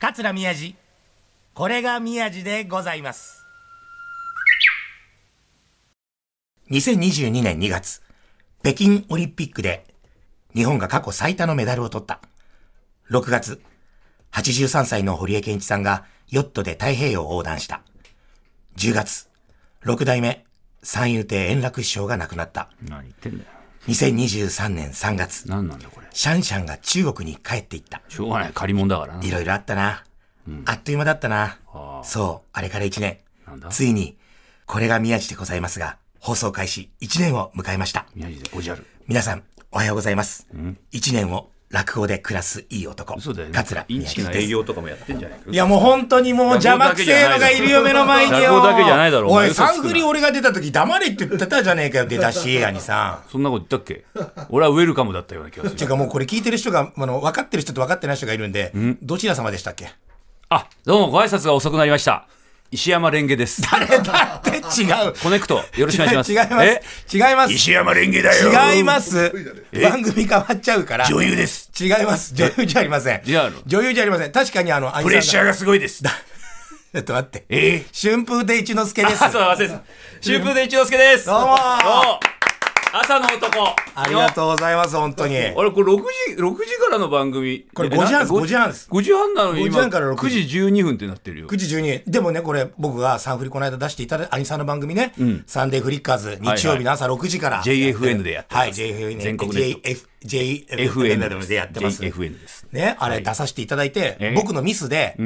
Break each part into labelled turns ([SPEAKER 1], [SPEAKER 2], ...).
[SPEAKER 1] 桂宮治これが宮治でございます
[SPEAKER 2] 2022年2月、北京オリンピックで日本が過去最多のメダルを取った。6月、83歳の堀江謙一さんがヨットで太平洋を横断した。10月、6代目三遊亭円楽師匠が亡くなった。
[SPEAKER 3] 何言ってんだよ。
[SPEAKER 2] 2023年3月、
[SPEAKER 3] 何なんだこれ。
[SPEAKER 2] シャンシャンが中国に帰っていった。。
[SPEAKER 3] しょうがない、借り物だからない
[SPEAKER 2] ろいろあったな。あっという間だったな。
[SPEAKER 3] あ
[SPEAKER 2] そう、あれから1年。
[SPEAKER 3] あ、なんだ
[SPEAKER 2] ついに、これが宮地でございますが、放送開始1年を迎えました。
[SPEAKER 3] 宮治でおじゃる。
[SPEAKER 2] 皆さん、おはようございます。一年を落語で暮らすいい男。
[SPEAKER 3] 嘘だよね
[SPEAKER 2] 桂
[SPEAKER 3] イン
[SPEAKER 2] 宮
[SPEAKER 3] チ
[SPEAKER 2] 治
[SPEAKER 3] キ
[SPEAKER 2] です。
[SPEAKER 4] 営業とかもやってんじゃないか
[SPEAKER 2] いやもう本当にもう邪魔くせえのがいるよ目の前によ。
[SPEAKER 3] 落語だけじゃないだろお
[SPEAKER 2] お
[SPEAKER 3] 前
[SPEAKER 2] い、
[SPEAKER 3] 嘘つくな
[SPEAKER 2] サンフリ俺が出た時黙れって言ってたじゃねえかよ、出たし、兄さん。
[SPEAKER 3] そんなこと言 ったっけ俺はウェルカムだったような気がす
[SPEAKER 2] てい
[SPEAKER 3] る
[SPEAKER 2] う。かもうこれ聞いてる人が、あの、分かってる人と分かってない人がいるんで、どちら様でしたっけ
[SPEAKER 3] あ、どうもご挨拶が遅くなりました。石山レンゲ です。
[SPEAKER 2] 誰だって違う。
[SPEAKER 3] コネクト、よろしくお願いし ま す。
[SPEAKER 2] 違います。違います。
[SPEAKER 3] 石山レンゲだ
[SPEAKER 2] 違います。番組変わっちゃうから。
[SPEAKER 3] 女優です。
[SPEAKER 2] 違います。女優じゃありません。
[SPEAKER 3] 違うの
[SPEAKER 2] 女優じゃありません。確かにあの、プ
[SPEAKER 3] プレッシャーがすごいです。
[SPEAKER 2] ちょっと待って。
[SPEAKER 3] ええ
[SPEAKER 2] 春風亭一之輔です。
[SPEAKER 3] そう忘れ てた。春風亭一之輔です。
[SPEAKER 2] どうも
[SPEAKER 3] どう朝の男。
[SPEAKER 2] ありがとうございます、本当に。
[SPEAKER 3] あれこれ6時、6時からの番組。
[SPEAKER 2] これ
[SPEAKER 3] え
[SPEAKER 2] 5時半
[SPEAKER 3] な
[SPEAKER 2] です5時半です
[SPEAKER 3] 5時半なのに
[SPEAKER 2] 5
[SPEAKER 3] 今
[SPEAKER 2] 時半から6
[SPEAKER 3] 9時12分ってなってるよ。
[SPEAKER 2] 9時12でもね、これ、僕がサンフリこの間出していただいた、兄さんの番組ね、サンデーフリッカーズ、日曜日の朝6時から。
[SPEAKER 3] JFN でやってます
[SPEAKER 2] はい、JFN。
[SPEAKER 3] 全国ネット
[SPEAKER 2] JF JFN
[SPEAKER 3] FN
[SPEAKER 2] でやってます。
[SPEAKER 3] FN です。
[SPEAKER 2] ね、あれ出させていただいて、
[SPEAKER 3] ええ
[SPEAKER 2] 僕のミスで、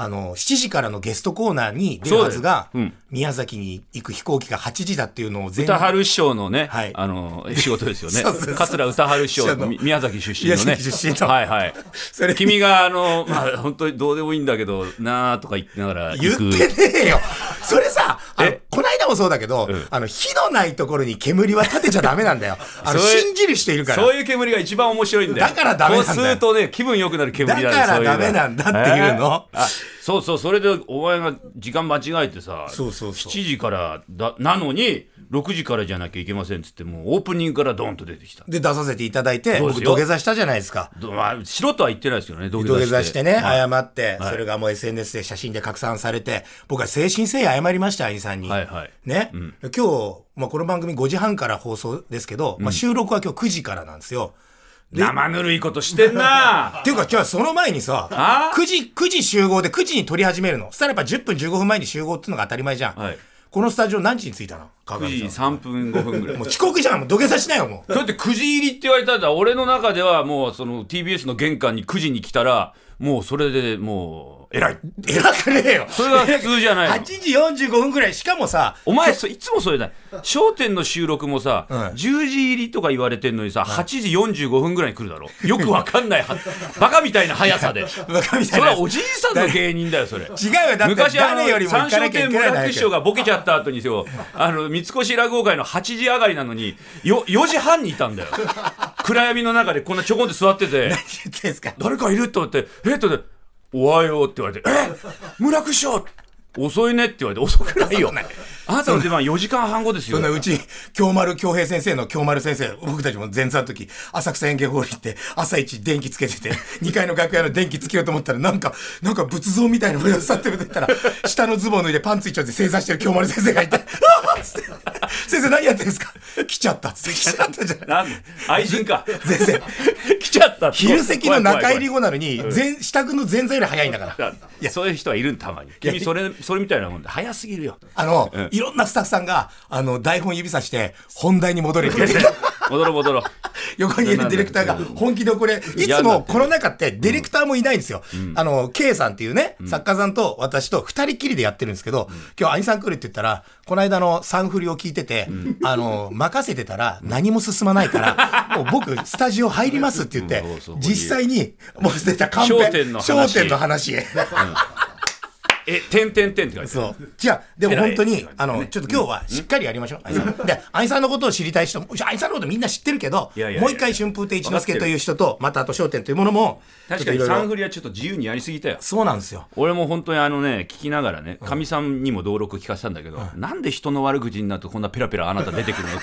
[SPEAKER 2] あの、7時からのゲストコーナーに出るはずが、
[SPEAKER 3] そうだようん
[SPEAKER 2] 宮崎に行く飛行機が8時だっていうのを全
[SPEAKER 3] 歌春師匠のね、
[SPEAKER 2] はい
[SPEAKER 3] あの、仕事ですよ ね
[SPEAKER 2] そうそうそう。
[SPEAKER 3] 桂歌春師匠
[SPEAKER 2] そう
[SPEAKER 3] の、み宮崎出身の
[SPEAKER 2] 宮
[SPEAKER 3] ね。
[SPEAKER 2] 崎出身の
[SPEAKER 3] はいはい。
[SPEAKER 2] それ
[SPEAKER 3] 君が、あの、まあ、本当にどうでもいいんだけど、なーとか言ってながら
[SPEAKER 2] 言
[SPEAKER 3] 行
[SPEAKER 2] って
[SPEAKER 3] く。
[SPEAKER 2] ねえよ それさ、あの
[SPEAKER 3] え、
[SPEAKER 2] こないだもそうだけど、
[SPEAKER 3] ん
[SPEAKER 2] あの、火のないところに煙は立てちゃダメなんだよ。あの、
[SPEAKER 3] そういう
[SPEAKER 2] 信じる人いるから
[SPEAKER 3] そ。ういう煙が一番面白いんだよ。
[SPEAKER 2] だからダメなんだよ
[SPEAKER 3] こう吸うとね、気分良くなる煙なんだよ
[SPEAKER 2] だから
[SPEAKER 3] そういうの
[SPEAKER 2] ダメなんだっていうの
[SPEAKER 3] えーあそうそう、それでお前が時間間違えてさ、
[SPEAKER 2] そうそうそう
[SPEAKER 3] 7時からだ、なのに、6時からじゃなきゃいけませんっつって、もうオープニングからドーンと出てきた。
[SPEAKER 2] で、出させていただいて、
[SPEAKER 3] そうです
[SPEAKER 2] 僕土
[SPEAKER 3] よ
[SPEAKER 2] 下座したじゃないですか。
[SPEAKER 3] どまあ、しろとは言ってないですけどね、土
[SPEAKER 2] 土下座してね、
[SPEAKER 3] はい
[SPEAKER 2] 謝って、それがもう SNS で写真で拡散されて、僕は誠心誠意謝りました、兄さんに。
[SPEAKER 3] はいはい
[SPEAKER 2] ね、今日、まあ、この番組5時半から放送ですけど、まあ、収録は今日9時からなんですよ。
[SPEAKER 3] 生ぬるいことしてん な
[SPEAKER 2] っていうか、じゃあその前にさ
[SPEAKER 3] あ、
[SPEAKER 2] 9時、9時集合で9時に撮り始めるの。そしたらやっぱ10分15分前に集合っていうのが当たり前じゃん。
[SPEAKER 3] はい
[SPEAKER 2] このスタジオ何時に着いたの川
[SPEAKER 3] !9 時
[SPEAKER 2] 上さん。
[SPEAKER 3] 3分5分ぐらい
[SPEAKER 2] もう。遅刻じゃん、もう土下座しないよ、もう。
[SPEAKER 3] だって9時入りって言われたら、俺の中ではもうその TBS の玄関に9時に来たら、もうそれでもう、偉い。
[SPEAKER 2] 偉くねえよ。
[SPEAKER 3] それが普通じゃない
[SPEAKER 2] 8
[SPEAKER 3] の。
[SPEAKER 2] 時45分ぐらい。しかもさ、
[SPEAKER 3] お前そ、いつもそれだ。商店の収録もさ、10時入りとか言われてんのにさ、8時45分ぐらいに来るだろ。よくわかんない は、バカみたいな速さで。
[SPEAKER 2] バカみた
[SPEAKER 3] そ
[SPEAKER 2] い
[SPEAKER 3] れ
[SPEAKER 2] な
[SPEAKER 3] は。おじいさんの芸人だよ、それ。
[SPEAKER 2] 違うよ、だって
[SPEAKER 3] 昔あの
[SPEAKER 2] 誰よりも行
[SPEAKER 3] 三
[SPEAKER 2] かな
[SPEAKER 3] 笑
[SPEAKER 2] きゃい
[SPEAKER 3] 亭
[SPEAKER 2] けない
[SPEAKER 3] 村
[SPEAKER 2] んだ
[SPEAKER 3] 楽
[SPEAKER 2] け
[SPEAKER 3] 師
[SPEAKER 2] ど
[SPEAKER 3] 匠がボケちゃった後にせよあの三越落語会の8時上がりなのによ4時半にいたんだよ暗闇の中でこんなちょこんって座ってて
[SPEAKER 2] 言ってんすか
[SPEAKER 3] 誰かいるって思ってえっとでおはようって言われてえ村楽師匠遅いねって言われて遅 くないよあなたの出番4時間半後ですよ
[SPEAKER 2] そんなうち、京丸京平先生の京丸先生、僕たちも前座の時、浅草園芸ホール行って、朝一電気つけて て、2階の楽屋の電気つけようと思ったら、なんか、なんか仏像みたいなものが去って出てっ たら、下のズボン脱いでパンツ一丁で正座してる京丸先生がいて、あ ーっつって先生何やってんですか来ちゃったっつって、来ちゃったじゃない。
[SPEAKER 3] なんで愛人か
[SPEAKER 2] 先生、
[SPEAKER 3] 来ちゃったって
[SPEAKER 2] 昼席の中入り
[SPEAKER 3] 怖い怖
[SPEAKER 2] 後
[SPEAKER 3] い怖い
[SPEAKER 2] なのに、前、支度の前座より早いんだから。
[SPEAKER 3] いやそういう人はいるんたまに君それそれみたいなもんで早すぎるよ
[SPEAKER 2] あの、いろんなスタッフさんが、あの、台本指さして、本題に戻れって言ってた。
[SPEAKER 3] 戻ろう戻ろう
[SPEAKER 2] 横にいるディレクターが本気でこれ、いつ
[SPEAKER 3] 嫌にな
[SPEAKER 2] も
[SPEAKER 3] ってる
[SPEAKER 2] この中ってディレクターもいないんですよ。あの、K さんっていうね、作家さんと私と二人きりでやってるんですけど、今日兄さん来るって言ったら、この間のサンフリを聞いてて、あの、任せてたら何も進まないから、 もう僕、スタジオ入りますって言って
[SPEAKER 3] うんそうそう、
[SPEAKER 2] 実際に、もう出たカンペ、
[SPEAKER 3] 焦点の話
[SPEAKER 2] 焦点の話へ。
[SPEAKER 3] え「てんてんてん」って書いてある
[SPEAKER 2] そう。じゃあ、でも本当
[SPEAKER 3] 偉い
[SPEAKER 2] に、あの、ちょっと今日はしっかりやりましょう、愛さん。で、愛さんのことを知りたい人も、愛さんのことみんな知ってるけど、
[SPEAKER 3] いやいやいや
[SPEAKER 2] もう一回春風亭一之輔という人と、またあと笑点というものも、
[SPEAKER 3] 確
[SPEAKER 2] ちょ
[SPEAKER 3] か
[SPEAKER 2] っと
[SPEAKER 3] に
[SPEAKER 2] いろいろ
[SPEAKER 3] サンフリはちょっと自由にやりすぎたよ
[SPEAKER 2] そうなんですよ。
[SPEAKER 3] 俺も本当にあのね聞きながらねかみさんにも同録聞かせたんだけど、なんで人の悪口になるとこんなペラペラあなた出てく るの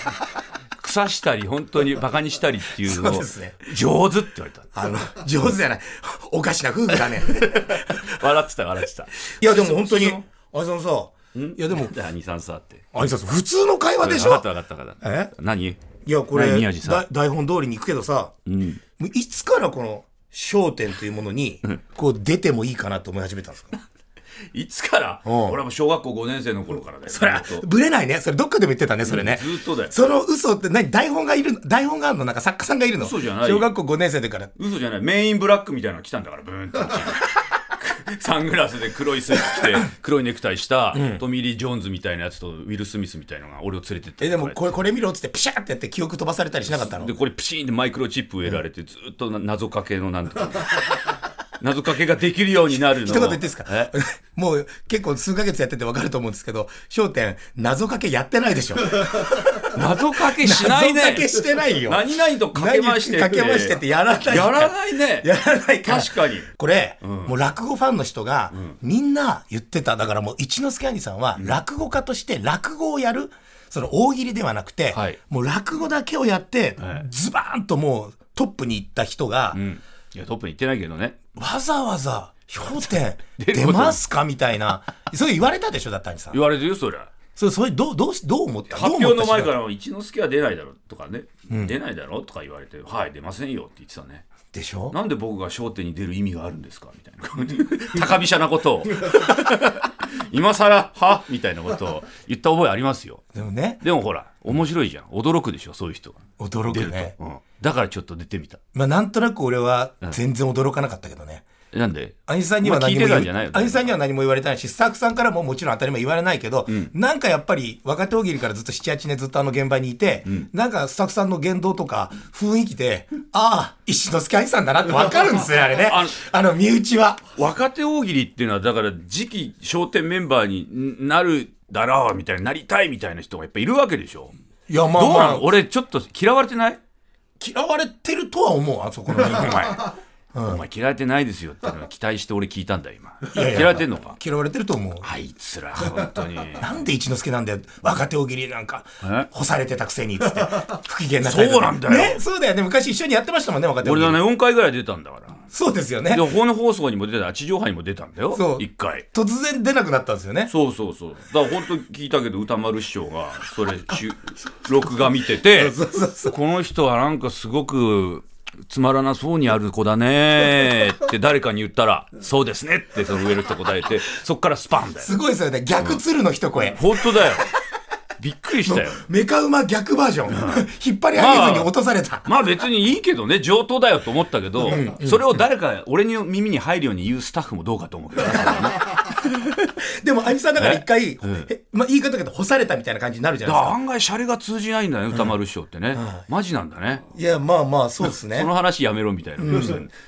[SPEAKER 3] 腐したり本当にバカにしたりっていうの
[SPEAKER 2] そう
[SPEAKER 3] を
[SPEAKER 2] ですね
[SPEAKER 3] 上手って言われた
[SPEAKER 2] あの、上手じゃない。おかしな夫婦だね。
[SPEAKER 3] 笑ってた笑ってた
[SPEAKER 2] いや、でも本当に
[SPEAKER 3] そ、
[SPEAKER 2] あいさんさ、いやでも、
[SPEAKER 3] 何さんさって
[SPEAKER 2] あいさん普通の会話でし
[SPEAKER 3] 分か
[SPEAKER 2] ょ
[SPEAKER 3] った分かった分かった
[SPEAKER 2] え
[SPEAKER 3] 何
[SPEAKER 2] いや、これ、
[SPEAKER 3] 何宮治さん
[SPEAKER 2] だ台本通りに行くけどさ、もういつからこの、焦点というものに、こう出てもいいかなと思い始めたんですか
[SPEAKER 3] いつから
[SPEAKER 2] ん
[SPEAKER 3] 俺はもう小学校5年生の頃からだよ
[SPEAKER 2] それ
[SPEAKER 3] ずっと
[SPEAKER 2] ぶれないね。それどっかでも言ってたね、それね。
[SPEAKER 3] ずっとだよ
[SPEAKER 2] その嘘って何台本がいるの台本があるのなんか作家さんがいるの
[SPEAKER 3] 嘘じゃないよ
[SPEAKER 2] 小学校5年生でから。
[SPEAKER 3] 嘘じゃないメインブラックみたいなの来たんだからブーンと サングラスで黒いスーツ着て黒いネクタイした、トミー・リー・ジョーンズみたいなやつとウィル・スミスみたいなのが俺を連れてって
[SPEAKER 2] え、でも
[SPEAKER 3] こ
[SPEAKER 2] これ、これ見ろっつってピシャーってやって記憶飛ばされたりしなかったの
[SPEAKER 3] でこれピシーンってマイクロチップ植えられて、ずっとな謎かけのなんとか謎かけができるようになるの
[SPEAKER 2] 一言言っていいですか
[SPEAKER 3] え
[SPEAKER 2] もう結構数ヶ月やってて分かると思うんですけど、焦点、謎かけやってないでしょ。
[SPEAKER 3] 謎かけしないね
[SPEAKER 2] 謎かけしてないよ
[SPEAKER 3] 何々とかけまして
[SPEAKER 2] 何かけ回してってやらない
[SPEAKER 3] やらないね
[SPEAKER 2] やらないから
[SPEAKER 3] 確かに
[SPEAKER 2] これ、もう落語ファンの人が、みんな言ってた。だからもう、一之輔兄さんは、落語家として落語をやる、その大喜利ではなくて、
[SPEAKER 3] はい
[SPEAKER 2] もう落語だけをやって、
[SPEAKER 3] はい
[SPEAKER 2] ズバーンともうトップに行った人が、
[SPEAKER 3] うんいやトップに行ってないけどね
[SPEAKER 2] わざわざ、氷点
[SPEAKER 3] 出る
[SPEAKER 2] 出
[SPEAKER 3] こと
[SPEAKER 2] ますかみたい な。そう言われたでしょ、だったにさん。
[SPEAKER 3] 言われてるよそりゃ
[SPEAKER 2] それ、それ、どう、どうし、どう思った
[SPEAKER 3] 発表の前か
[SPEAKER 2] どう思った
[SPEAKER 3] らも一之輔は出ないだろうとかね、出ないだろうとか言われて、はい、出ませんよって言ってたね。
[SPEAKER 2] でしょ
[SPEAKER 3] なんで僕が『笑点』に出る意味があるんですかみたいな感じ 高飛車なことを 今更はみたいなことを言った覚えありますよ
[SPEAKER 2] でもね、
[SPEAKER 3] でもほら面白いじゃん驚くでしょそういう人が、
[SPEAKER 2] 驚くね。
[SPEAKER 3] うん、だからちょっと出てみた
[SPEAKER 2] まあ、なんとなく俺は全然驚かなかったけどね。
[SPEAKER 3] なんで
[SPEAKER 2] アニさんには何も
[SPEAKER 3] まあ聞いてたんじ
[SPEAKER 2] 言
[SPEAKER 3] ゃないよ
[SPEAKER 2] アニさんには何も言われてないし、スタッフさんからももちろん当たり前言われないけど、なんかやっぱり若手大喜利からずっと7、8年ずっとあの現場にいて、なんかスタッフさんの言動とか雰囲気で、ああ、石之助アニさんだなってわかるんです よ、あれね。
[SPEAKER 3] あ
[SPEAKER 2] あ
[SPEAKER 3] の
[SPEAKER 2] の、身内は。
[SPEAKER 3] 若手大喜利っていうのはだから次期『笑点』メンバーになるだろうみたいななりたいみたいな人がやっぱいるわけでしょ
[SPEAKER 2] いや、まあ
[SPEAKER 3] どう
[SPEAKER 2] ま
[SPEAKER 3] な
[SPEAKER 2] あ
[SPEAKER 3] の、俺ちょっと嫌われてない
[SPEAKER 2] 嫌われてるとは思う、あそこの人
[SPEAKER 3] お前、お前嫌われてないですよっていうのを期待して俺聞いたんだよ今
[SPEAKER 2] やいや
[SPEAKER 3] 嫌われてんのか
[SPEAKER 2] 嫌われてると思う。
[SPEAKER 3] あいつら本 当に
[SPEAKER 2] なんで一之輔なんだよ。若手大喜利なんか
[SPEAKER 3] え、
[SPEAKER 2] 干されてたくせに、つ って。不機嫌な
[SPEAKER 3] そうなんだよ
[SPEAKER 2] ね、そうだよね。昔一緒にやってましたもんね、若手大喜
[SPEAKER 3] 俺だ
[SPEAKER 2] 利。
[SPEAKER 3] ね4回ぐらい出たんだから
[SPEAKER 2] そうですよね
[SPEAKER 3] で。本放送にも出た地上波にも出たんだよ
[SPEAKER 2] そう
[SPEAKER 3] 1回
[SPEAKER 2] 突然出なくなったんですよね。
[SPEAKER 3] そうそうそうだから本当聞いたけど歌丸師匠がそれ収 録画見ててこの人はなんかすごくつまらなそうにある子だねーって誰かに言ったら「そうですね」ってその上の人答えてそっからスパンだよ
[SPEAKER 2] すごいですよね。逆鶴の一声。
[SPEAKER 3] 本当だよびっくりしたよ
[SPEAKER 2] メカウマ逆バージョン。 引っ張り上げずに落とされた。
[SPEAKER 3] まあ別にいいけどね上等だよと思ったけど、それを誰か俺に耳に入るように言うスタッフもどうかと思うけどね
[SPEAKER 2] でも、兄さんだから一回、えまあ、言い方だけど、干されたみたいな感じになるじゃ
[SPEAKER 3] だ
[SPEAKER 2] ない
[SPEAKER 3] から案外シャレが通じないんだね歌丸師匠ってね、マジなんだね
[SPEAKER 2] ですか。いや、まあまあ、そうです
[SPEAKER 3] そ
[SPEAKER 2] ね
[SPEAKER 3] の。話やめろみたいな、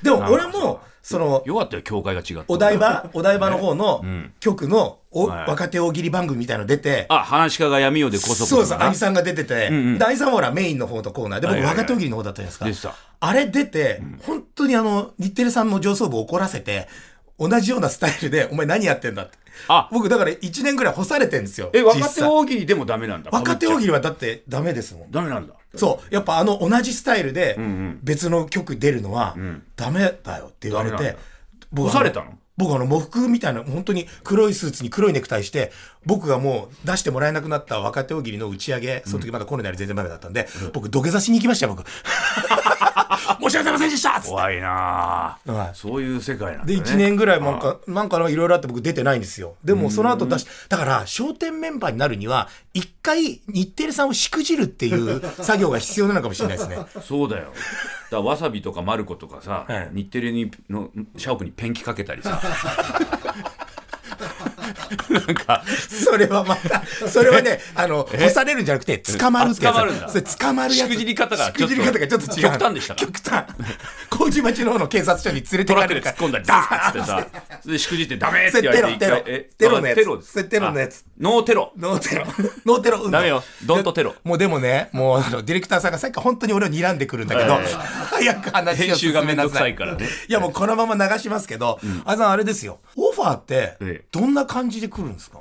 [SPEAKER 2] でも、俺も、その、
[SPEAKER 3] よかったよ教会が違った
[SPEAKER 2] お台 場、お台場の方の局のお
[SPEAKER 3] はい
[SPEAKER 2] 若手大喜利番組みたいの出て、
[SPEAKER 3] あ話し家が闇夜でこそこ
[SPEAKER 2] そうです、
[SPEAKER 3] な
[SPEAKER 2] 兄さんが出てて、で兄さんはほらメインの方とコーナーで、
[SPEAKER 3] は
[SPEAKER 2] 僕
[SPEAKER 3] いはいはい
[SPEAKER 2] 若手大喜利の方だったじゃないですか。
[SPEAKER 3] でした
[SPEAKER 2] あれ出て、本当にあの、日テレさんの上層部を怒らせて、同じようなスタイルで、お前何やってんだって。
[SPEAKER 3] あ
[SPEAKER 2] 僕だから1年ぐらい干されてんですよ。
[SPEAKER 3] え
[SPEAKER 2] 実
[SPEAKER 3] 若手
[SPEAKER 2] 際
[SPEAKER 3] 大喜利でもダメなんだ
[SPEAKER 2] 若手大喜
[SPEAKER 3] 利
[SPEAKER 2] 利はだってダメですもん。
[SPEAKER 3] ダメなんだ
[SPEAKER 2] そう。やっぱあの同じスタイルで、別の曲出るのは、ダメだよって言われ
[SPEAKER 3] ダメなん
[SPEAKER 2] て
[SPEAKER 3] だ、
[SPEAKER 2] 僕
[SPEAKER 3] 干されたの
[SPEAKER 2] 僕あの、喪服みたいな、本当に黒いスーツに黒いネクタイして、僕がもう出してもらえなくなった若手大喜利の打ち上げ、その時まだコロナより全然前だったんで、僕土下座しに行きましたよ、僕。申し訳ありませんでしたっつって
[SPEAKER 3] 怖いなあ、
[SPEAKER 2] はい
[SPEAKER 3] そういう世界なんだね
[SPEAKER 2] で、1年ぐらいなんか、なんかいろいろあって僕出てないんですよ。でもその後出し、だから、笑点メンバーになるには、一回日テレさんをしくじるって いう作業が必要なのかもしれないですね。
[SPEAKER 3] そうだよだからわさびとかまる子とかさ、
[SPEAKER 2] はい
[SPEAKER 3] 日テレにの社屋にペンキかけたりさ なんか
[SPEAKER 2] それはまた、それは ね、あの、干されるんじゃなくて、捕まるってやつ。
[SPEAKER 3] あ捕まるんだ
[SPEAKER 2] それ捕まるやつ。
[SPEAKER 3] しくじり方がち
[SPEAKER 2] し
[SPEAKER 3] ょっと
[SPEAKER 2] くじり方がちょっと違う。
[SPEAKER 3] 極端でしたか
[SPEAKER 2] 極端。麹町の方の警察署に連れて
[SPEAKER 3] ト
[SPEAKER 2] か
[SPEAKER 3] ラック
[SPEAKER 2] れ
[SPEAKER 3] で
[SPEAKER 2] るか
[SPEAKER 3] 突
[SPEAKER 2] ら。
[SPEAKER 3] っ込んだりダーッつってさそれでしくじってダメっ
[SPEAKER 2] そ
[SPEAKER 3] て
[SPEAKER 2] れ
[SPEAKER 3] 言われて一
[SPEAKER 2] テロ
[SPEAKER 3] 回
[SPEAKER 2] テロ
[SPEAKER 3] え
[SPEAKER 2] テロのやつ
[SPEAKER 3] テロです
[SPEAKER 2] それテロのやつ
[SPEAKER 3] あノーテロ
[SPEAKER 2] ノーテロ。 ノーテロ運動。
[SPEAKER 3] ダメよドントテロ
[SPEAKER 2] もうでもね、もうあのディレクターさんがさっきから本当に俺を睨んでくるんだけど、
[SPEAKER 3] はいはい
[SPEAKER 2] 早く話を
[SPEAKER 3] 編集がめんどくさい
[SPEAKER 2] 進めなさ
[SPEAKER 3] からね
[SPEAKER 2] いやもうこのまま流しますけど、あざんあれですよ。オファーって
[SPEAKER 3] ええ、
[SPEAKER 2] どんな感じで来るんですか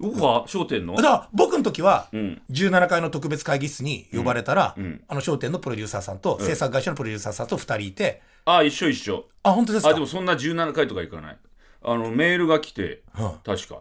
[SPEAKER 3] オファー商店の
[SPEAKER 2] だから僕の時は、
[SPEAKER 3] ん
[SPEAKER 2] 17階の特別会議室に呼ばれたら、
[SPEAKER 3] ん
[SPEAKER 2] あの商店のプロデューサーさんと、制作会社のプロデューサーさんと2人いて、
[SPEAKER 3] あ一緒一緒
[SPEAKER 2] あ、本当ですか
[SPEAKER 3] あでもそんな17回とかいかないあのメールが来て、
[SPEAKER 2] は
[SPEAKER 3] 確か、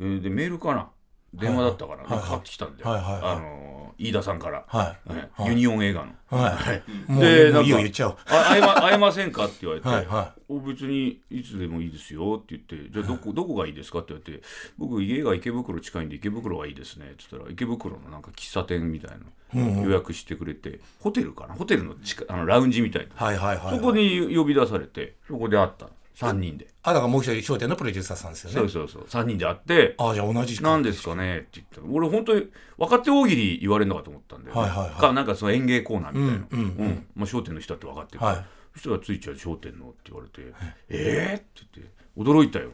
[SPEAKER 3] えーでメールかな電話だったから、なんかかかってきたんで、
[SPEAKER 2] はいはいはい
[SPEAKER 3] あのー飯田さんから、
[SPEAKER 2] はい
[SPEAKER 3] ねユニオン映画の「
[SPEAKER 2] はい。もう、
[SPEAKER 3] で
[SPEAKER 2] もういいよ、
[SPEAKER 3] なんか
[SPEAKER 2] 言っちゃおう。
[SPEAKER 3] あ会えま 会えませんか?」って言われて「
[SPEAKER 2] はいは
[SPEAKER 3] お別にいつでもいいですよ」って言って「じゃあどこどこがいいですか?」って言われて「僕家が池袋近いんで池袋がいいですね」って言ったら池袋のなんか喫茶店みたいなの予約してくれてホテルかなホテルの近あのラウンジみたいな
[SPEAKER 2] はいはいはい。
[SPEAKER 3] そこに呼び出されてそこで会った3人で。
[SPEAKER 2] あ、だからもう一人、商店のプロデューサーさんです
[SPEAKER 3] そ
[SPEAKER 2] よ
[SPEAKER 3] う
[SPEAKER 2] ね。
[SPEAKER 3] そうそう3人で会って
[SPEAKER 2] あ、じゃあ同じ時
[SPEAKER 3] 「何
[SPEAKER 2] 間。
[SPEAKER 3] ですかね?」って言ったら俺本当に若手大喜利言われるのかと思ったんで、
[SPEAKER 2] はいはいはい
[SPEAKER 3] かなんかその演芸コーナーみたいな「うんまあ、商店の人だって分かってるから」
[SPEAKER 2] はい
[SPEAKER 3] そしたら「ついちゃん商店の」って言われて「えー?」って言って驚いたよ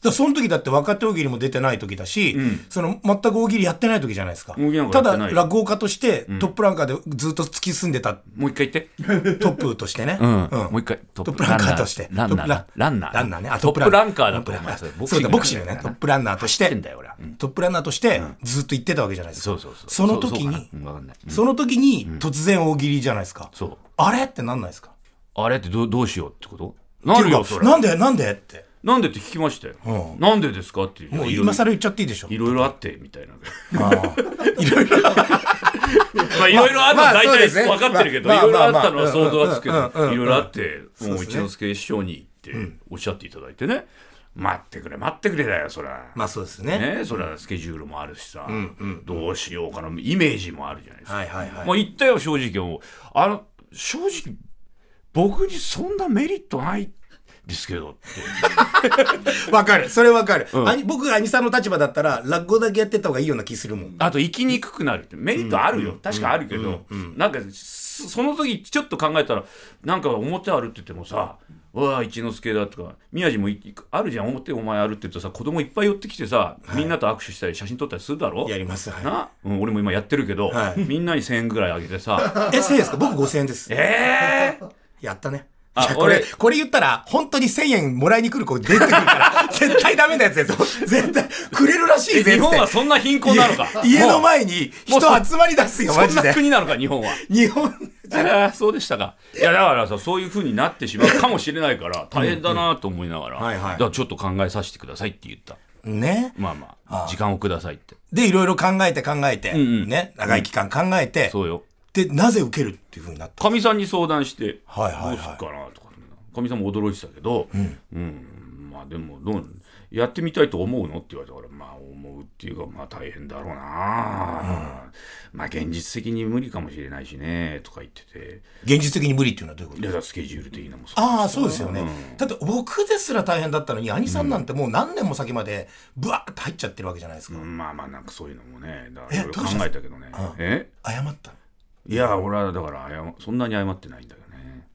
[SPEAKER 2] だからその時だって若手大喜利も出てない時だし、その全く大喜利やってない時じゃないですか。
[SPEAKER 3] 大喜利なんか
[SPEAKER 2] た
[SPEAKER 3] やって
[SPEAKER 2] だ、
[SPEAKER 3] ない
[SPEAKER 2] 落語家として、トップランカーでずっと突き進んでた
[SPEAKER 3] もう一回言って
[SPEAKER 2] トップとしてね。
[SPEAKER 3] んもう一回
[SPEAKER 2] ト
[SPEAKER 3] ト
[SPEAKER 2] ップ
[SPEAKER 3] ップ
[SPEAKER 2] ラン
[SPEAKER 3] ラン
[SPEAKER 2] カ
[SPEAKER 3] カ
[SPEAKER 2] ー
[SPEAKER 3] ー
[SPEAKER 2] として。
[SPEAKER 3] ランナーだ
[SPEAKER 2] ランナー。ランナーね。あトップランカー
[SPEAKER 3] トップランカーだと思います
[SPEAKER 2] そうだ、ボ
[SPEAKER 3] ボ
[SPEAKER 2] ク
[SPEAKER 3] ク
[SPEAKER 2] シン
[SPEAKER 3] シン
[SPEAKER 2] グ
[SPEAKER 3] グ
[SPEAKER 2] だよね。
[SPEAKER 3] だよ
[SPEAKER 2] トップランナーとして。
[SPEAKER 3] 走ってんだよ俺はうん
[SPEAKER 2] トップランナーとして、ずっと行ってたわけじゃないですか。
[SPEAKER 3] そうそうそう
[SPEAKER 2] その時
[SPEAKER 3] そ
[SPEAKER 2] に
[SPEAKER 3] うそうか、なうんわかんない
[SPEAKER 2] その時に突然大喜利じゃないですか。
[SPEAKER 3] そう
[SPEAKER 2] あれってなんないですか
[SPEAKER 3] あれってどうどうしようってことなる
[SPEAKER 2] っ
[SPEAKER 3] よ
[SPEAKER 2] てい
[SPEAKER 3] そうれ
[SPEAKER 2] かなんでなんでって。
[SPEAKER 3] なんでって聞きましたよ、
[SPEAKER 2] うん
[SPEAKER 3] なんでですかって
[SPEAKER 2] もう
[SPEAKER 3] いろいろ
[SPEAKER 2] 今更言っちゃっていいでしょ。
[SPEAKER 3] いろいろあってみたいな
[SPEAKER 2] ああいろいろ。
[SPEAKER 3] まあいろいろあるの
[SPEAKER 2] まあ
[SPEAKER 3] は大
[SPEAKER 2] そうで
[SPEAKER 3] 体
[SPEAKER 2] すね
[SPEAKER 3] 分かってるけど、
[SPEAKER 2] まあ
[SPEAKER 3] いろいろあっ
[SPEAKER 2] まあ
[SPEAKER 3] たの
[SPEAKER 2] ま
[SPEAKER 3] は
[SPEAKER 2] あ
[SPEAKER 3] 想像はつくけ
[SPEAKER 2] うんうんうんうん
[SPEAKER 3] ど、いろいろあって、
[SPEAKER 2] うで
[SPEAKER 3] もう
[SPEAKER 2] すね
[SPEAKER 3] 一之輔師匠に行っておっしゃっていただいてね、待ってくれ待ってくれだよそら。
[SPEAKER 2] まあそうですね。
[SPEAKER 3] ね、それはスケジュールもあるしさ、どうしようかなイメージもあるじゃないですか、
[SPEAKER 2] はいはいはい
[SPEAKER 3] もう言ったよ正直もうあの正直僕にそんなメリットないですけどって
[SPEAKER 2] わかる。それわかる。
[SPEAKER 3] ん
[SPEAKER 2] 兄僕が兄さんの立場だったら、落語だけやってた方がいいような気するもん。
[SPEAKER 3] あと生きにくくなるってメリットあるよ、確かあるけど、なんかそその時ちょっと考えたらなんか表あるって言ってもさ「うわあ一之輔だ」とか「宮治もいあるじゃん表お前ある」って言うとさ子供いっぱい寄ってきてさ、みんなと握手したり写真撮ったりするだろ
[SPEAKER 2] やります。はい
[SPEAKER 3] な、うん、俺も今やってるけど、
[SPEAKER 2] はい
[SPEAKER 3] みんなに1,000円ぐらいあげ てさ
[SPEAKER 2] え、1000円ですか僕5000円です。
[SPEAKER 3] ええ
[SPEAKER 2] やったね。い
[SPEAKER 3] あ
[SPEAKER 2] や、これ
[SPEAKER 3] 俺、
[SPEAKER 2] これ言ったら、本当に1000円もらいに来る子出てくる から、絶対ダメなやつですよ。絶対、くれるらしいぜ。
[SPEAKER 3] 日本はそんな貧困なのか
[SPEAKER 2] 家家の
[SPEAKER 3] も
[SPEAKER 2] 前に
[SPEAKER 3] も
[SPEAKER 2] 人
[SPEAKER 3] うそ
[SPEAKER 2] 集まり出す
[SPEAKER 3] う
[SPEAKER 2] よ、
[SPEAKER 3] そ
[SPEAKER 2] マ
[SPEAKER 3] ん
[SPEAKER 2] ジで
[SPEAKER 3] な。国なのか日本は
[SPEAKER 2] 日本、
[SPEAKER 3] ああそうでしたかいやだからさそういうふうになってしまうかもしれないから大変だなと思いながら、
[SPEAKER 2] はいはい
[SPEAKER 3] だからちょっと考えさせてくださいって言った
[SPEAKER 2] ね。
[SPEAKER 3] まあまあ時間をくださいって
[SPEAKER 2] で、いろいろ考えて考えて、ね。長い期間考えて、
[SPEAKER 3] そうよ
[SPEAKER 2] で、なぜ受けるっていうふうになった。
[SPEAKER 3] かみさんに相談して、
[SPEAKER 2] はいはいはい
[SPEAKER 3] どうすっかなとかかみさんも驚いてたけど、うんまあでもどうやってみたいと思うのって言われたからまあ思うっていうかまあ大変だろうな、まあ現実的に無理かもしれないしねとか言ってて
[SPEAKER 2] 現実的に無理っていうのはどういうこと
[SPEAKER 3] いやだからスケジュール的なのもそう
[SPEAKER 2] ああ、そうですよね。だって僕ですら大変だったのに、兄さんなんてもう何年も先まで、ブワーって入っちゃってるわけじゃないですか。
[SPEAKER 3] うんまあまあなんかそういうのもねだか
[SPEAKER 2] え
[SPEAKER 3] らいろいろ
[SPEAKER 2] ど
[SPEAKER 3] 考
[SPEAKER 2] うした
[SPEAKER 3] えたけどねえ
[SPEAKER 2] 謝ったの
[SPEAKER 3] いや俺はだから謝そんなに謝ってないんだよね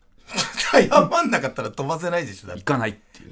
[SPEAKER 2] 謝んなかったら飛ばせないでしょ、だって
[SPEAKER 3] 行かないっていう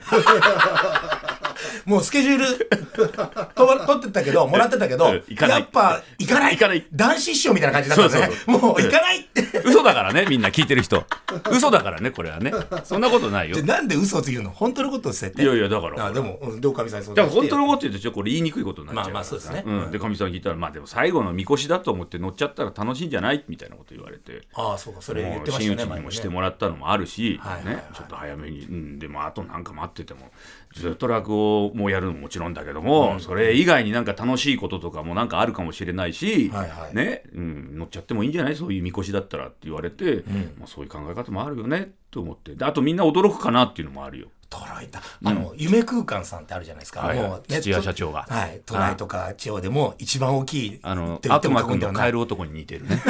[SPEAKER 2] もうスケジュール とば取ってたけど、もらってたけど
[SPEAKER 3] うん、 行かない
[SPEAKER 2] やっぱ行かない
[SPEAKER 3] 行かない
[SPEAKER 2] 男子師匠みたいな感じだったんですね
[SPEAKER 3] そうそうそう
[SPEAKER 2] もう行かないって。
[SPEAKER 3] 嘘だからねみんな聞いて る人嘘だからねこれはねそんなことないよ
[SPEAKER 2] でなんで嘘をつ言うの本当のことを捨てて。
[SPEAKER 3] いやいやだから
[SPEAKER 2] あでも、うんで、おかみさんに相
[SPEAKER 3] だ
[SPEAKER 2] 談
[SPEAKER 3] か
[SPEAKER 2] し
[SPEAKER 3] ら
[SPEAKER 2] て
[SPEAKER 3] 本当のこと言うとちょっとこれ言いにくいことになっちゃうから
[SPEAKER 2] まあまあそうですね
[SPEAKER 3] んでかみさん聞いたら「まあでも最後のみこしだと思って乗っちゃったら楽しいんじゃない?」みたいなこと言われて。
[SPEAKER 2] ああ、そうか、それ言ってまし
[SPEAKER 3] 真
[SPEAKER 2] たね
[SPEAKER 3] 打
[SPEAKER 2] 前
[SPEAKER 3] ちに
[SPEAKER 2] にね。
[SPEAKER 3] もしてもらったのもあるし、
[SPEAKER 2] はいはいはい
[SPEAKER 3] ね、ちょっと早めに、うん、でもあとなんか待っててもずっと落語もやるのももちろんだけども、それ以外になんか楽しいこととかもなんかあるかもしれないし、
[SPEAKER 2] はいはい
[SPEAKER 3] ねうん、乗っちゃってもいいんじゃないそういうみこしだったらって言われて、まあ、そういう考え方もあるよねと思ってであとみんな驚くかなっていうのもあるよ。
[SPEAKER 2] 捉えた。あの、夢空間さんってあるじゃないですか。
[SPEAKER 3] はいはい
[SPEAKER 2] もうね
[SPEAKER 3] 土屋社長が
[SPEAKER 2] はい。都内とか地方でも一番大きい。
[SPEAKER 3] あの
[SPEAKER 2] って言って
[SPEAKER 3] 悪
[SPEAKER 2] も
[SPEAKER 3] 魔
[SPEAKER 2] 過言
[SPEAKER 3] 君
[SPEAKER 2] では
[SPEAKER 3] と
[SPEAKER 2] ない
[SPEAKER 3] カエル男に似て るね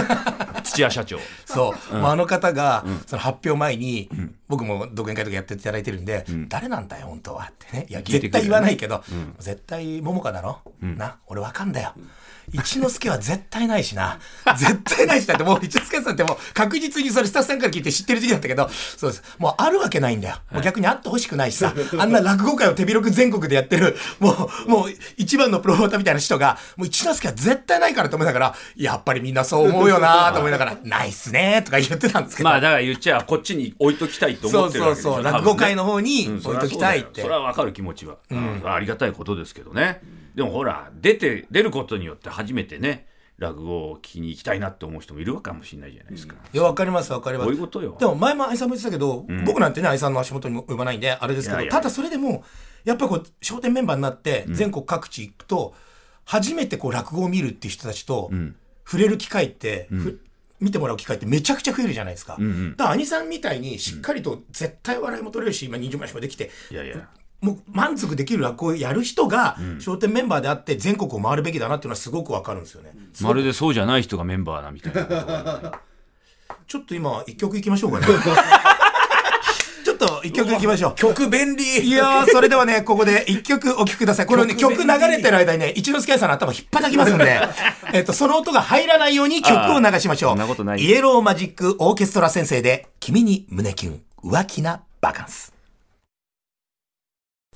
[SPEAKER 3] 土屋社長
[SPEAKER 2] そう、もうあの方が、その発表前に、僕も独演会とかやっていただいてるんで、誰なんだよ本当はってねいや
[SPEAKER 3] 聞い
[SPEAKER 2] 絶
[SPEAKER 3] てく
[SPEAKER 2] 対
[SPEAKER 3] るよね
[SPEAKER 2] 言わないけど、絶対桃花だろ、な俺わかんだよ一之輔は絶対ないしな 絶対ないしなってもう一之輔さんってもう確実にそれスタッフさんから聞いて知ってる時期だったけどそうですもうあるわけないんだよ、もう逆にあってほしくないし さあんな落語界を手広く全国でやってるもうもう一番のプロモーターみたいな人がもう一之輔は絶対ないからと思いながらやっぱりみんなそう思うよなと思いな がら「ないっすね」とか言ってたんですけど、
[SPEAKER 3] まあだから言っちゃこっちに置いときたいと
[SPEAKER 2] そ
[SPEAKER 3] 思
[SPEAKER 2] う
[SPEAKER 3] ってる
[SPEAKER 2] そう
[SPEAKER 3] わけでしょ
[SPEAKER 2] そう、落語界の方に
[SPEAKER 3] うん
[SPEAKER 2] 置いときたいって
[SPEAKER 3] それはわかる気持ちは、うんありがたいことですけどねでもほら出て出ることによって初めてね落語を聞きに行きたいなって思う人もいるかもしれないじゃないですか。
[SPEAKER 2] いや、わかります、わかりま
[SPEAKER 3] こういう
[SPEAKER 2] す。
[SPEAKER 3] ことよ
[SPEAKER 2] で。も前も愛さんも言ってたけど、僕なんてね、愛さんの足元にも及ばないんで、あれですけど、
[SPEAKER 3] いやいや
[SPEAKER 2] ただそれでも、やっぱりこう、笑点メンバーになって、全国各地行くと、初めてこう、落語を見るっていう人たちと、触れる機会って、ふ見てもらう機会ってめちゃくちゃ増えるじゃないですか。
[SPEAKER 3] ん
[SPEAKER 2] だから、兄さんみたいにしっかりと絶対笑いも取れるし、今人情話もできて、
[SPEAKER 3] いやいや。
[SPEAKER 2] もう満足できる落語をやる人が、笑点メンバーであって、全国を回るべきだなっていうのはすごくわかるんですよね。
[SPEAKER 3] まるでそうじゃない人がメンバーなみたいなことが
[SPEAKER 2] ちょっと今、一曲いきましょ うかね。ちょっと一曲いきましょう。
[SPEAKER 3] 曲便利
[SPEAKER 2] いやー、それではね、ここで一曲お聴きください。これね、曲流れてる間にね、一之輔さんの頭引っ張たきますん で、えっと、その音が入らないように曲を流しましょう。
[SPEAKER 3] あーそんなことない
[SPEAKER 2] イエローマジックオーケストラ先生で、君に胸キュン、浮気なバカンス。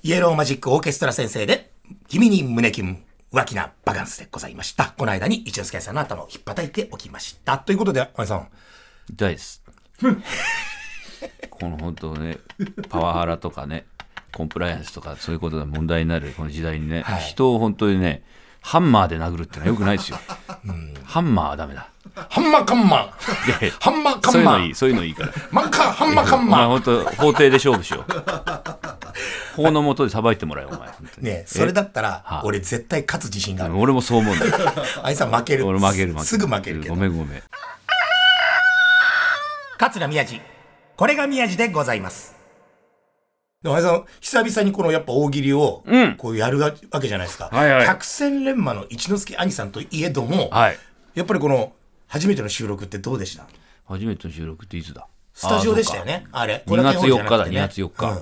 [SPEAKER 2] イエローマジックオーケストラ先生で、君に胸キュン、浮気なバカンスでございました。この間に一之輔さんの頭を引っ張たいておきました。ということで、あいさん。
[SPEAKER 3] 痛いです。この本当ね、パワハラとかね、コンプライアンスとかそういうことが問題になるこの時代にね、
[SPEAKER 2] はい
[SPEAKER 3] 人を本当にね、ハンマーで殴るってのは良くないですよ。ハンマーはダメだ。
[SPEAKER 2] ハンマーカンマ
[SPEAKER 3] いやいや
[SPEAKER 2] ー。ハンマー
[SPEAKER 3] そ
[SPEAKER 2] カ
[SPEAKER 3] うい
[SPEAKER 2] ン
[SPEAKER 3] う
[SPEAKER 2] マ
[SPEAKER 3] のいい、
[SPEAKER 2] ー。
[SPEAKER 3] そういうの いいから。
[SPEAKER 2] マンカー、ハンマーカン
[SPEAKER 3] お前
[SPEAKER 2] マー。
[SPEAKER 3] 本当法廷で勝負しよう。 法の下で裁いてもらえよ、お前。本当に
[SPEAKER 2] ねえそれだった
[SPEAKER 3] は
[SPEAKER 2] ら
[SPEAKER 3] あ、
[SPEAKER 2] 俺絶対勝つ自信がある。
[SPEAKER 3] 俺もそう思うんだよ。
[SPEAKER 2] あいさん 負ける。
[SPEAKER 3] 俺負ける負ける。
[SPEAKER 2] すぐ負けるけど
[SPEAKER 3] ご。めんごめん。
[SPEAKER 1] 桂宮治これが宮治でございます
[SPEAKER 2] でもあいさん、久々にこのやっぱ大喜利を
[SPEAKER 3] うん、
[SPEAKER 2] こうやるわけじゃないですか。
[SPEAKER 3] はいはい
[SPEAKER 2] 百戦錬磨の一之輔兄さんといえども、
[SPEAKER 3] はい。
[SPEAKER 2] やっぱりこの、初めての収録ってどうでした
[SPEAKER 3] 初めての収録っていつだ
[SPEAKER 2] スタジオでしたよね、あれ。
[SPEAKER 3] 2月4日だ、2月4
[SPEAKER 2] 四
[SPEAKER 3] 日。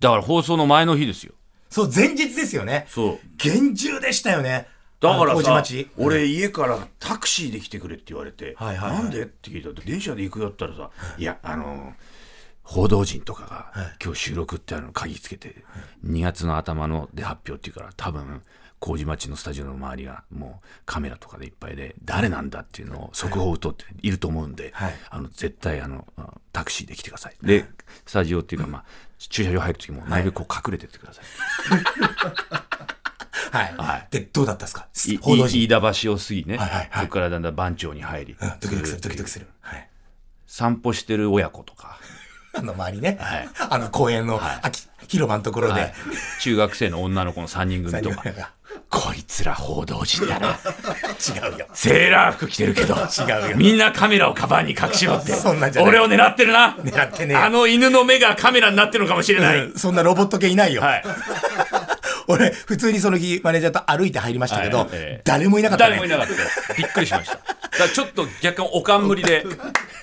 [SPEAKER 3] だから放送の前の日ですよ。
[SPEAKER 2] そう、前日ですよね。
[SPEAKER 3] そう。
[SPEAKER 2] 厳重でしたよね。
[SPEAKER 3] だか
[SPEAKER 2] あの
[SPEAKER 3] ら
[SPEAKER 2] 麹
[SPEAKER 3] さ
[SPEAKER 2] 町、
[SPEAKER 3] 俺家からタクシーで来てくれって言われて、
[SPEAKER 2] はいはいはい
[SPEAKER 3] なんでって聞いたら電車で行くよって言ったらさ、いや、あの、報道陣とかが、今日収録ってあの鍵つけて、2月の頭ので発表っていうから、多分、麹町のスタジオの周りがもうカメラとかでいっぱいで、誰なんだっていうのを速報を取っていると思うんで、
[SPEAKER 2] はい
[SPEAKER 3] あの絶対あのあタクシーで来てください。で、スタジオっていうか、まあ、駐車場入る時もなるべくこう隠れてってください。は
[SPEAKER 2] はいい。で、どうだったんですか
[SPEAKER 3] い
[SPEAKER 2] 報道陣。
[SPEAKER 3] 飯田橋を過ぎね、
[SPEAKER 2] はいはいはい
[SPEAKER 3] そこからだんだん番町に入り、
[SPEAKER 2] うんドキドキする、ドキドキする。はい。
[SPEAKER 3] 散歩してる親子とか、
[SPEAKER 2] あの周りね、
[SPEAKER 3] はい
[SPEAKER 2] あの公園の秋、広場のところで、
[SPEAKER 3] はい中学生の女の子の3人組とか
[SPEAKER 2] 三人組が
[SPEAKER 3] こいつら報道陣だな
[SPEAKER 2] 違うよ。
[SPEAKER 3] セーラー服着てるけど
[SPEAKER 2] 違うよ
[SPEAKER 3] みんなカメラをカバンに隠しろっ て
[SPEAKER 2] そんなんじゃない
[SPEAKER 3] 俺を狙ってるな
[SPEAKER 2] 狙ってねえよ
[SPEAKER 3] あの犬の目がカメラになってるのかもしれない、
[SPEAKER 2] うんそんなロボット系いないよ。
[SPEAKER 3] はい
[SPEAKER 2] 俺、普通にその日、マネージャーと歩いて入りましたけど、
[SPEAKER 3] はいええ
[SPEAKER 2] 誰もいなかったね。
[SPEAKER 3] 誰もいなかったですびっくりしましただからちょっと若干おかんぶり でタクシー降りて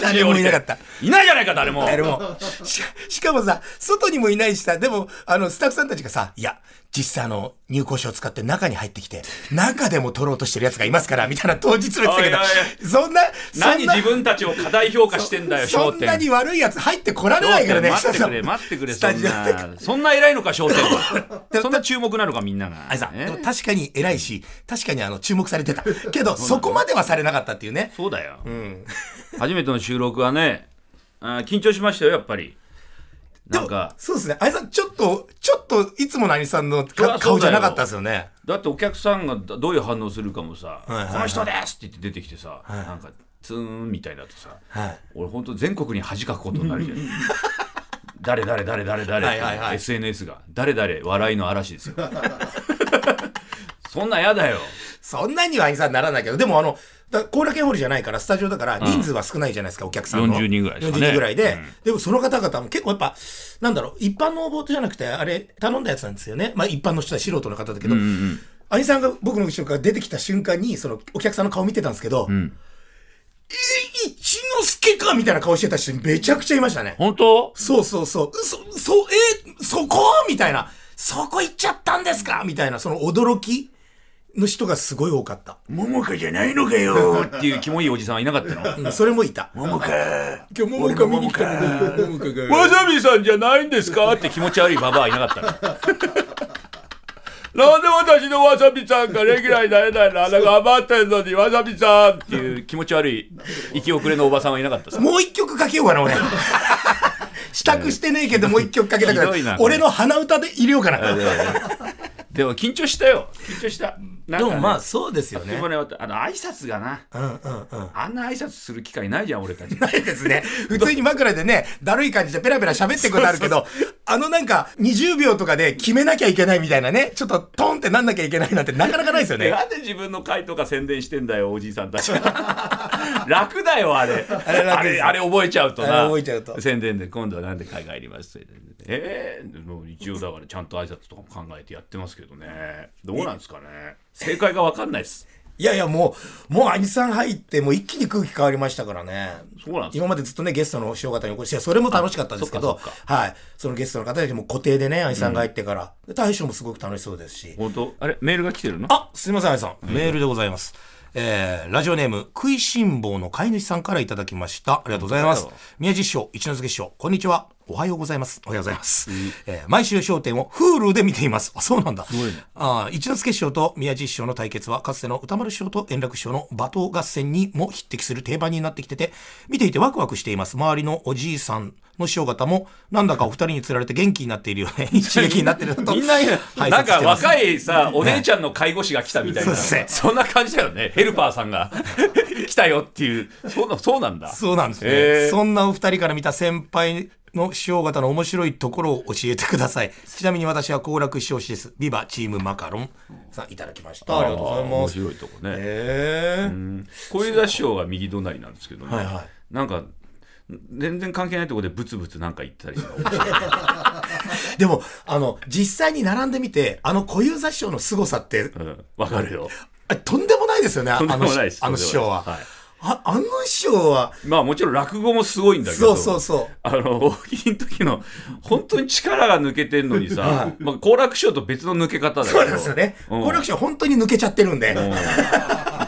[SPEAKER 2] 誰もいなかった
[SPEAKER 3] いないじゃないか誰も
[SPEAKER 2] 誰もししかもさ、外にもいないしさ、でも、あの、スタッフさんたちがさ、いや、実際あの、入校証を使って中に入ってきて、中でも取ろうとしてる奴がいますから、みたいな当日の言ってたけど
[SPEAKER 3] おいおいお、
[SPEAKER 2] そんな、そ
[SPEAKER 3] 何
[SPEAKER 2] んな
[SPEAKER 3] 自、分たちを過大評価してんだよ、
[SPEAKER 2] そ
[SPEAKER 3] 商
[SPEAKER 2] ん
[SPEAKER 3] 店。
[SPEAKER 2] なに悪い奴入ってこられないからね、
[SPEAKER 3] 待って くれ、
[SPEAKER 2] そうそう
[SPEAKER 3] 待ってくれ、
[SPEAKER 2] ス
[SPEAKER 3] そ
[SPEAKER 2] タ
[SPEAKER 3] ん
[SPEAKER 2] ジオ
[SPEAKER 3] な。 そんな偉いのか、商店は。
[SPEAKER 2] で
[SPEAKER 3] そんな注目なのか、みんなが。
[SPEAKER 2] あれさ、でも
[SPEAKER 3] ね
[SPEAKER 2] 確かに偉いし、確かにあの、注目され てた。けど、そこまではされなかったっていうね。
[SPEAKER 3] そうだよ。
[SPEAKER 2] うん。
[SPEAKER 3] 初めての収録はね、あー緊張しましたよ、やっぱり。
[SPEAKER 2] で
[SPEAKER 3] な
[SPEAKER 2] も
[SPEAKER 3] んか、
[SPEAKER 2] そうですね。あいさん、ちょっと、ちょっと、いつも何さんの
[SPEAKER 3] そりゃそうだよ
[SPEAKER 2] 顔じゃなかったですよね。
[SPEAKER 3] だってお客さんがどういう反応するかもさ、
[SPEAKER 2] いはいはい
[SPEAKER 3] この人ですって言って出てきてさ、なんか、ツーンみたいだとさ、
[SPEAKER 2] はい。
[SPEAKER 3] 俺ほんと全国に恥かくことになるじゃん。 誰誰誰誰誰
[SPEAKER 2] はいはい
[SPEAKER 3] っ
[SPEAKER 2] は
[SPEAKER 3] て
[SPEAKER 2] い
[SPEAKER 3] SNS が誰誰笑いの嵐ですよ。 そんなんやだよ。
[SPEAKER 2] そんなにはあいさんならないけど、でもあの、だ後楽園ホールじゃないから、スタジオだから、人数は少ないじゃないですか、お客さんの。
[SPEAKER 3] 40人ぐらいですかね
[SPEAKER 2] 40人ぐらいで、
[SPEAKER 3] うん
[SPEAKER 2] でもその方々も結構やっぱ、なんだろう、一般のボートじゃなくて、あれ、頼んだやつなんですよね。まあ一般の人は素人の方だけど、兄さんが僕の後ろから出てきた瞬間に、そのお客さんの顔見てたんですけど、え、一之輔かみたいな顔してた人めちゃくちゃいましたね。
[SPEAKER 3] 本当
[SPEAKER 2] そうそうそう。そ、そ、え、そこみたいな。そこ行っちゃったんですかみたいな、その驚きの人がすごい多かった。
[SPEAKER 3] ももかじゃないのかよっていうキモいおじさんはいなかったの
[SPEAKER 2] うんそれもいた。
[SPEAKER 3] ももかわ
[SPEAKER 2] 今日、ももか見に来たのに、ももかが。
[SPEAKER 3] さびさんじゃないんですかって気持ち悪いババアいなかったの なんで私のわさびさんがレギュラーになれないのあな頑張ってんのにわさびさんっていう気持ち悪い生き遅れのおばさんはいなか ったさ
[SPEAKER 2] もう一曲かけようかな、俺。支度してねえけど、もう一曲かけたく
[SPEAKER 3] ひどい
[SPEAKER 2] な
[SPEAKER 3] な
[SPEAKER 2] る。俺の鼻歌で入れようかな。
[SPEAKER 3] でも緊張したよ緊張したなん
[SPEAKER 1] で
[SPEAKER 3] かね
[SPEAKER 1] もまあそうですよ
[SPEAKER 3] で
[SPEAKER 1] ね
[SPEAKER 3] も。ねあの挨拶がな
[SPEAKER 1] うんうんうん。
[SPEAKER 3] あんな挨拶する機会ないじゃん俺たち
[SPEAKER 2] ない ですね。普通に枕でね、だるい感じでペラペラ喋ってくことあるけど、あのなんか20秒とかで決めなきゃいけないみたいなね、ちょっとトンってなんなきゃいけないなんてなかなかないですよね。
[SPEAKER 3] なんで自分の回とか宣伝してんだよおじいさんたち 楽だよあれあ
[SPEAKER 2] れ
[SPEAKER 3] れ
[SPEAKER 2] 楽
[SPEAKER 3] あ
[SPEAKER 2] です
[SPEAKER 3] れ覚えちゃうと
[SPEAKER 2] あ
[SPEAKER 3] な
[SPEAKER 2] れ覚えちゃうと
[SPEAKER 3] 宣伝で今度はなんで海外入りますってええもう一応だからちゃんと挨拶とかも考えてやってますけどねどうなんですかね正解が分かんないです
[SPEAKER 2] いやいやもう、もう兄さん入って、もう一気に空気変わりましたからね。
[SPEAKER 3] そうなんですか
[SPEAKER 2] 今までずっとね、ゲストの塩方にお越しいやそれも楽しかったですけ
[SPEAKER 3] あそ
[SPEAKER 2] ど
[SPEAKER 3] っかそっ、
[SPEAKER 2] はい。そのゲストの方たちも固定でね、兄さんが入ってから、で大将もすごく楽しそうですし。
[SPEAKER 3] 本当あれメールが来てるの
[SPEAKER 2] あ、すいません、兄さん。メールでございます。えー、ラジオネーム、食いしん坊の飼い主さんからいただきました。ありがとうございます
[SPEAKER 3] 本当だ。
[SPEAKER 2] 宮地師匠、一之輔師匠、こんにちは。おはようございます。おはようございます。えー毎週笑点を Hulu で見ています。あ、そうなんだ。
[SPEAKER 3] ごいね
[SPEAKER 2] あー一之輔師匠と宮地師匠の対決は、かつての歌丸師匠と円楽師匠の罵倒合戦にも匹敵する定番になってきてて、見ていてワクワクしています。周りのおじいさんの師匠方も、なんだかお二人につられて元気になっているよ ね。一撃になっているなと。
[SPEAKER 3] みんな、
[SPEAKER 2] はい
[SPEAKER 3] なん
[SPEAKER 2] 察
[SPEAKER 3] か
[SPEAKER 2] してます
[SPEAKER 3] 若いさ、お姉ちゃんの介護士が来たみたい
[SPEAKER 2] そう
[SPEAKER 3] な、
[SPEAKER 2] ですね
[SPEAKER 3] そんな感じだよね、ヘルパーさんが 来たよっていう、そうなそうなんだ。
[SPEAKER 2] そうなんですね、
[SPEAKER 3] えー
[SPEAKER 2] そんなお二人から見た先輩の師匠方の面白いところを教えてくださ い。ちなみに私は好楽師匠師です。ビバチームマカロンさんいただきました。ありがとうございま
[SPEAKER 3] 面
[SPEAKER 2] す。
[SPEAKER 3] 白いとこね。
[SPEAKER 2] えー
[SPEAKER 3] 小遊三師匠が右隣なんですけどね、
[SPEAKER 2] はいはい
[SPEAKER 3] なんか、全然関係ないところでブツブツなんか言ったりとか
[SPEAKER 2] でも、あの、実際に並んでみて、あの小遊三師匠の凄さって、
[SPEAKER 3] うん、わかるよ。
[SPEAKER 2] あとんでもないですよね、あ
[SPEAKER 3] とんで
[SPEAKER 2] の
[SPEAKER 3] もないです。
[SPEAKER 2] あの師匠は、
[SPEAKER 3] はい
[SPEAKER 2] あ。あの師匠は、
[SPEAKER 3] まあもちろん落語もすごいんだけ
[SPEAKER 2] そ
[SPEAKER 3] ど。
[SPEAKER 2] うそうそう。
[SPEAKER 3] あの、大喜利の時の、本当に力が抜けてんのに
[SPEAKER 2] は
[SPEAKER 3] さ
[SPEAKER 2] い、
[SPEAKER 3] まあ、好楽師匠と別の抜け方だけど
[SPEAKER 2] そうなんですよね。
[SPEAKER 3] うん
[SPEAKER 2] 好楽師匠本当に抜けちゃってるんで。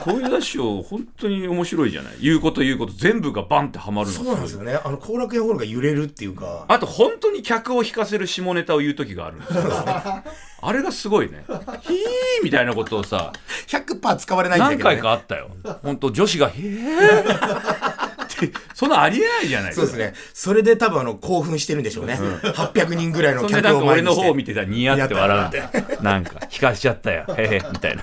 [SPEAKER 3] 小遊三師匠、本当に面白いじゃない。言うこと言うこと、全部がバンってはまるの。
[SPEAKER 2] そうなんですよね。あの、後楽園ホールが揺れるっていうか。
[SPEAKER 3] あと、本当に客を引かせる下ネタを言う時があるんで すよ。あれがすごいね。ひーみたいなことをさ、
[SPEAKER 2] 100%使われないんだけ
[SPEAKER 3] 何
[SPEAKER 2] ど、ね。
[SPEAKER 3] 回かあったよ。本当女子が、へーって、そんなありえないじゃない
[SPEAKER 2] そうですね。それで多分あの興奮してるんでしょうね。800人ぐらいの
[SPEAKER 3] そんで
[SPEAKER 2] 客
[SPEAKER 3] なん
[SPEAKER 2] を
[SPEAKER 3] か
[SPEAKER 2] 前
[SPEAKER 3] 俺
[SPEAKER 2] に
[SPEAKER 3] の
[SPEAKER 2] して。
[SPEAKER 3] 方を見てたらニヤって笑うなんか引かしちゃったよへへみたいな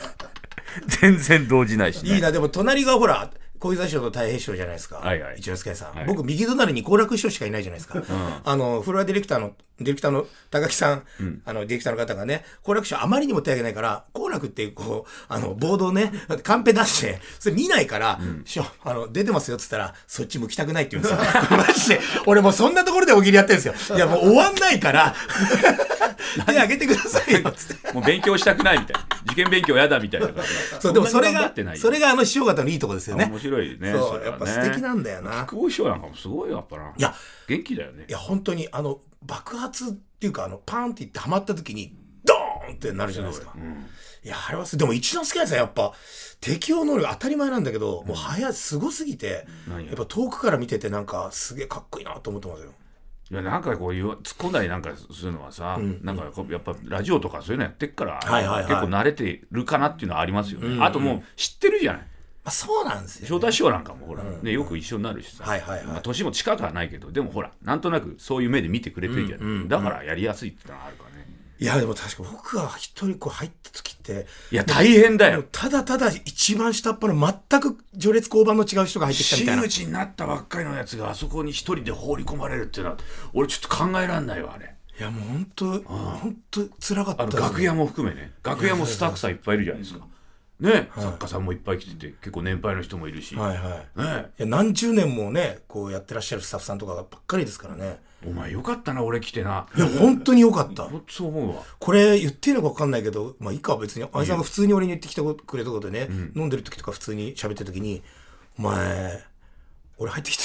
[SPEAKER 3] 全然動じないし、
[SPEAKER 2] いい
[SPEAKER 3] ね、
[SPEAKER 2] な、でも隣がほら、小遊三師匠と太平師匠じゃないですか。
[SPEAKER 3] はいはい
[SPEAKER 2] 一之輔さん。
[SPEAKER 3] はい
[SPEAKER 2] 僕、右隣に好楽師匠しかいないじゃないですか。あの、フロアディレクターの、ディレクターの高木さん、あの、ディレクターの方がね、好楽師匠あまりにも手挙げないから、好楽っていうこう、あの、ボードをね、カンペ出して、それ見ないから、師匠、あの、出てますよって言ったら、そっち向きたくないって言うんですよ。 マジで。俺もうそんなところで大喜利やってるんですよ。いや、もう終わんないから、手挙げてください よ、つって。
[SPEAKER 3] もう勉強したくないみたいな受験勉強やだみたいな
[SPEAKER 2] そうでもそれがそれ
[SPEAKER 3] が
[SPEAKER 2] があの師匠方のいいとこですよね
[SPEAKER 3] 面白いね
[SPEAKER 2] そう
[SPEAKER 3] れ
[SPEAKER 2] や
[SPEAKER 3] は
[SPEAKER 2] っ
[SPEAKER 3] ね
[SPEAKER 2] ぱ素敵なんだよな
[SPEAKER 3] 久保師匠なんかもすごいよやっぱない
[SPEAKER 2] や
[SPEAKER 3] 元気だよね
[SPEAKER 2] いや本当にあの爆発っていうかあのパーンっていってはまった時にドーンってなるじゃないですかいやあれはすでも一之輔兄さんやっぱ適応能力当たり前なんだけどもう早いすごすぎて
[SPEAKER 3] 何
[SPEAKER 2] やっぱ遠くから見ててなんかすげえかっこいいなと思ってますよ
[SPEAKER 3] いやなんかこういう突っ込んだりなんかするのはさ、なんかこうやっぱラジオとかそういうのやってっから、
[SPEAKER 2] はいはいはい
[SPEAKER 3] 結構慣れてるかなっていうのはありますよね、あともう知ってるじゃない
[SPEAKER 2] あそうなんですよ
[SPEAKER 3] 翔太師匠なんかもほら、ね、よく一緒になるしさ、
[SPEAKER 2] はいはいはい
[SPEAKER 3] まあ、年も近くはないけどでもほらなんとなくそういう目で見てくれてるじゃない、だからやりやすいってのはあるからね
[SPEAKER 2] いやでも確か僕が一人こう入った時って
[SPEAKER 3] いや大変だ
[SPEAKER 2] もう
[SPEAKER 3] よ
[SPEAKER 2] ただただ一番下っ端の全く序列交番の違う人が入ってきたみたい
[SPEAKER 3] 真
[SPEAKER 2] な
[SPEAKER 3] 打ちになったばっかりのやつがあそこに一人で放り込まれるっていうのは俺ちょっと考えらんないわあれ
[SPEAKER 2] いやもう本当本当辛かっ
[SPEAKER 3] あ
[SPEAKER 2] た
[SPEAKER 3] の
[SPEAKER 2] です
[SPEAKER 3] 楽屋も含めね楽屋もスタッフさんいっぱいいるじゃないですかね、作家さんもいっぱい来てて結構年配の人もいるし、
[SPEAKER 2] はいはい
[SPEAKER 3] ね
[SPEAKER 2] いや何十年もねこうやってらっしゃるスタッフさんとかばっかりですからね
[SPEAKER 3] お前よかったな俺来てない
[SPEAKER 2] や本当によかった
[SPEAKER 3] ほんとそう思うわ
[SPEAKER 2] これ言っていいのか分かんないけどまあいいか別にあいさんが普通に俺に言ってきてくれたことでね、飲んでる時とか普通に喋ってる時に「お前俺入ってきて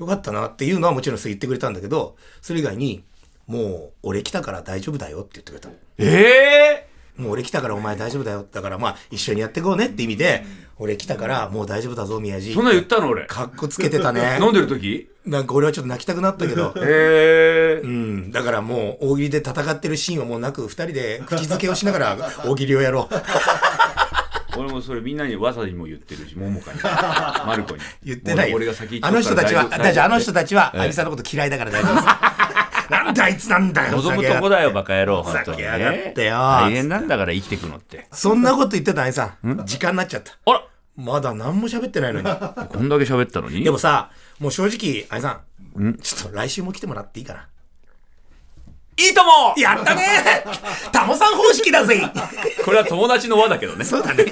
[SPEAKER 2] よかったな」っていうのはもちろんそう言ってくれたんだけどそれ以外に「もう俺来たから大丈夫だよ」って言ってくれた
[SPEAKER 3] ええ
[SPEAKER 2] もう俺来たからお前大丈夫だよ。だからまあ一緒にやっていこうねって意味で、俺来たからもう大丈夫だぞ、宮治。
[SPEAKER 3] そんな言ったの俺
[SPEAKER 2] かっこつけてたね。
[SPEAKER 3] 飲んでる時
[SPEAKER 2] なんか俺はちょっと泣きたくなったけ ど。
[SPEAKER 3] ええ
[SPEAKER 2] うん。だからもう大喜利で戦ってるシーンはもうなく、二人で口づけをしなが ら大喜利をやろう。
[SPEAKER 3] 俺もそれみんなにわさびも言ってるし、もも かに、マルコに。
[SPEAKER 2] 言ってないよ。
[SPEAKER 3] 俺が先行っ
[SPEAKER 2] あの人たちは、
[SPEAKER 3] 大丈夫
[SPEAKER 2] じゃあの人たちは、
[SPEAKER 3] え
[SPEAKER 2] アリさんのこと嫌いだから大丈夫です。 なんだあいつなんだよ。
[SPEAKER 3] 望むとこだよ、バカ野郎、本
[SPEAKER 2] ふ
[SPEAKER 3] 当
[SPEAKER 2] ざ
[SPEAKER 3] に、
[SPEAKER 2] けやがっ
[SPEAKER 3] ね。
[SPEAKER 2] てよ
[SPEAKER 3] 大変なんだから生きてくのって。
[SPEAKER 2] そんなこと言ってた兄さん。時間になっちゃった。
[SPEAKER 3] あら
[SPEAKER 2] まだ何も喋ってないのに。
[SPEAKER 3] こんだけ喋ったのに
[SPEAKER 2] でもさ、もう正直、兄さん、ちょっと来週も来てもらっていいかな。
[SPEAKER 3] いいとも
[SPEAKER 2] やったね タモさん方式だ ぜ
[SPEAKER 3] これは友達の輪だけどね。
[SPEAKER 2] そうだね。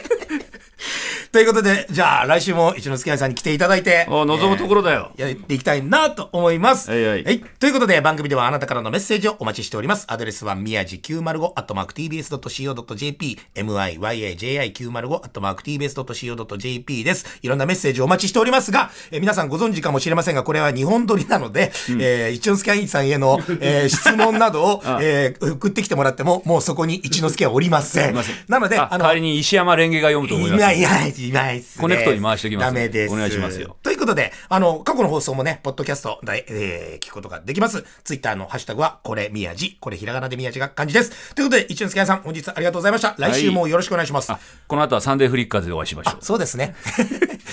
[SPEAKER 2] ということで、じゃあ来週も一之輔兄さんに来ていただい て。
[SPEAKER 3] あ望むところだよ。
[SPEAKER 2] やっていきたいなと思います。
[SPEAKER 3] はいはい
[SPEAKER 2] ということで、番組ではあなたからのメッセージをお待ちしております。アドレスは、みやじ 905-tbs.co.jp、myaji905-tbs.co.jp です。いろんなメッセージをお待ちしておりますが、えー皆さんご存知かもしれませんが、これは日本撮りなので、えー一之輔兄さんへの、 えー質問などを、えー送ってきてもらっても、もうそこに一之輔はおりません。なので、
[SPEAKER 3] あ、
[SPEAKER 2] あ
[SPEAKER 3] 代
[SPEAKER 2] の
[SPEAKER 3] わ、りに石山レンゲが読むと思います。
[SPEAKER 2] ないないいないっすね
[SPEAKER 3] コネクトに回しておきます
[SPEAKER 2] ダメです
[SPEAKER 3] お願いしますよ
[SPEAKER 2] ということであの過去の放送もねポッドキャストで、えー聞くことができますツイッターのハッシュタグはこれ宮地これひらがなで宮地が漢字ですということで一之輔さん本日ありがとうございました来週もよろしくお願いします、
[SPEAKER 3] あこの後はサンデーフリッカーズでお会いしましょう。
[SPEAKER 2] そうですね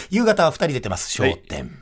[SPEAKER 2] 夕方は二人出てます『笑点』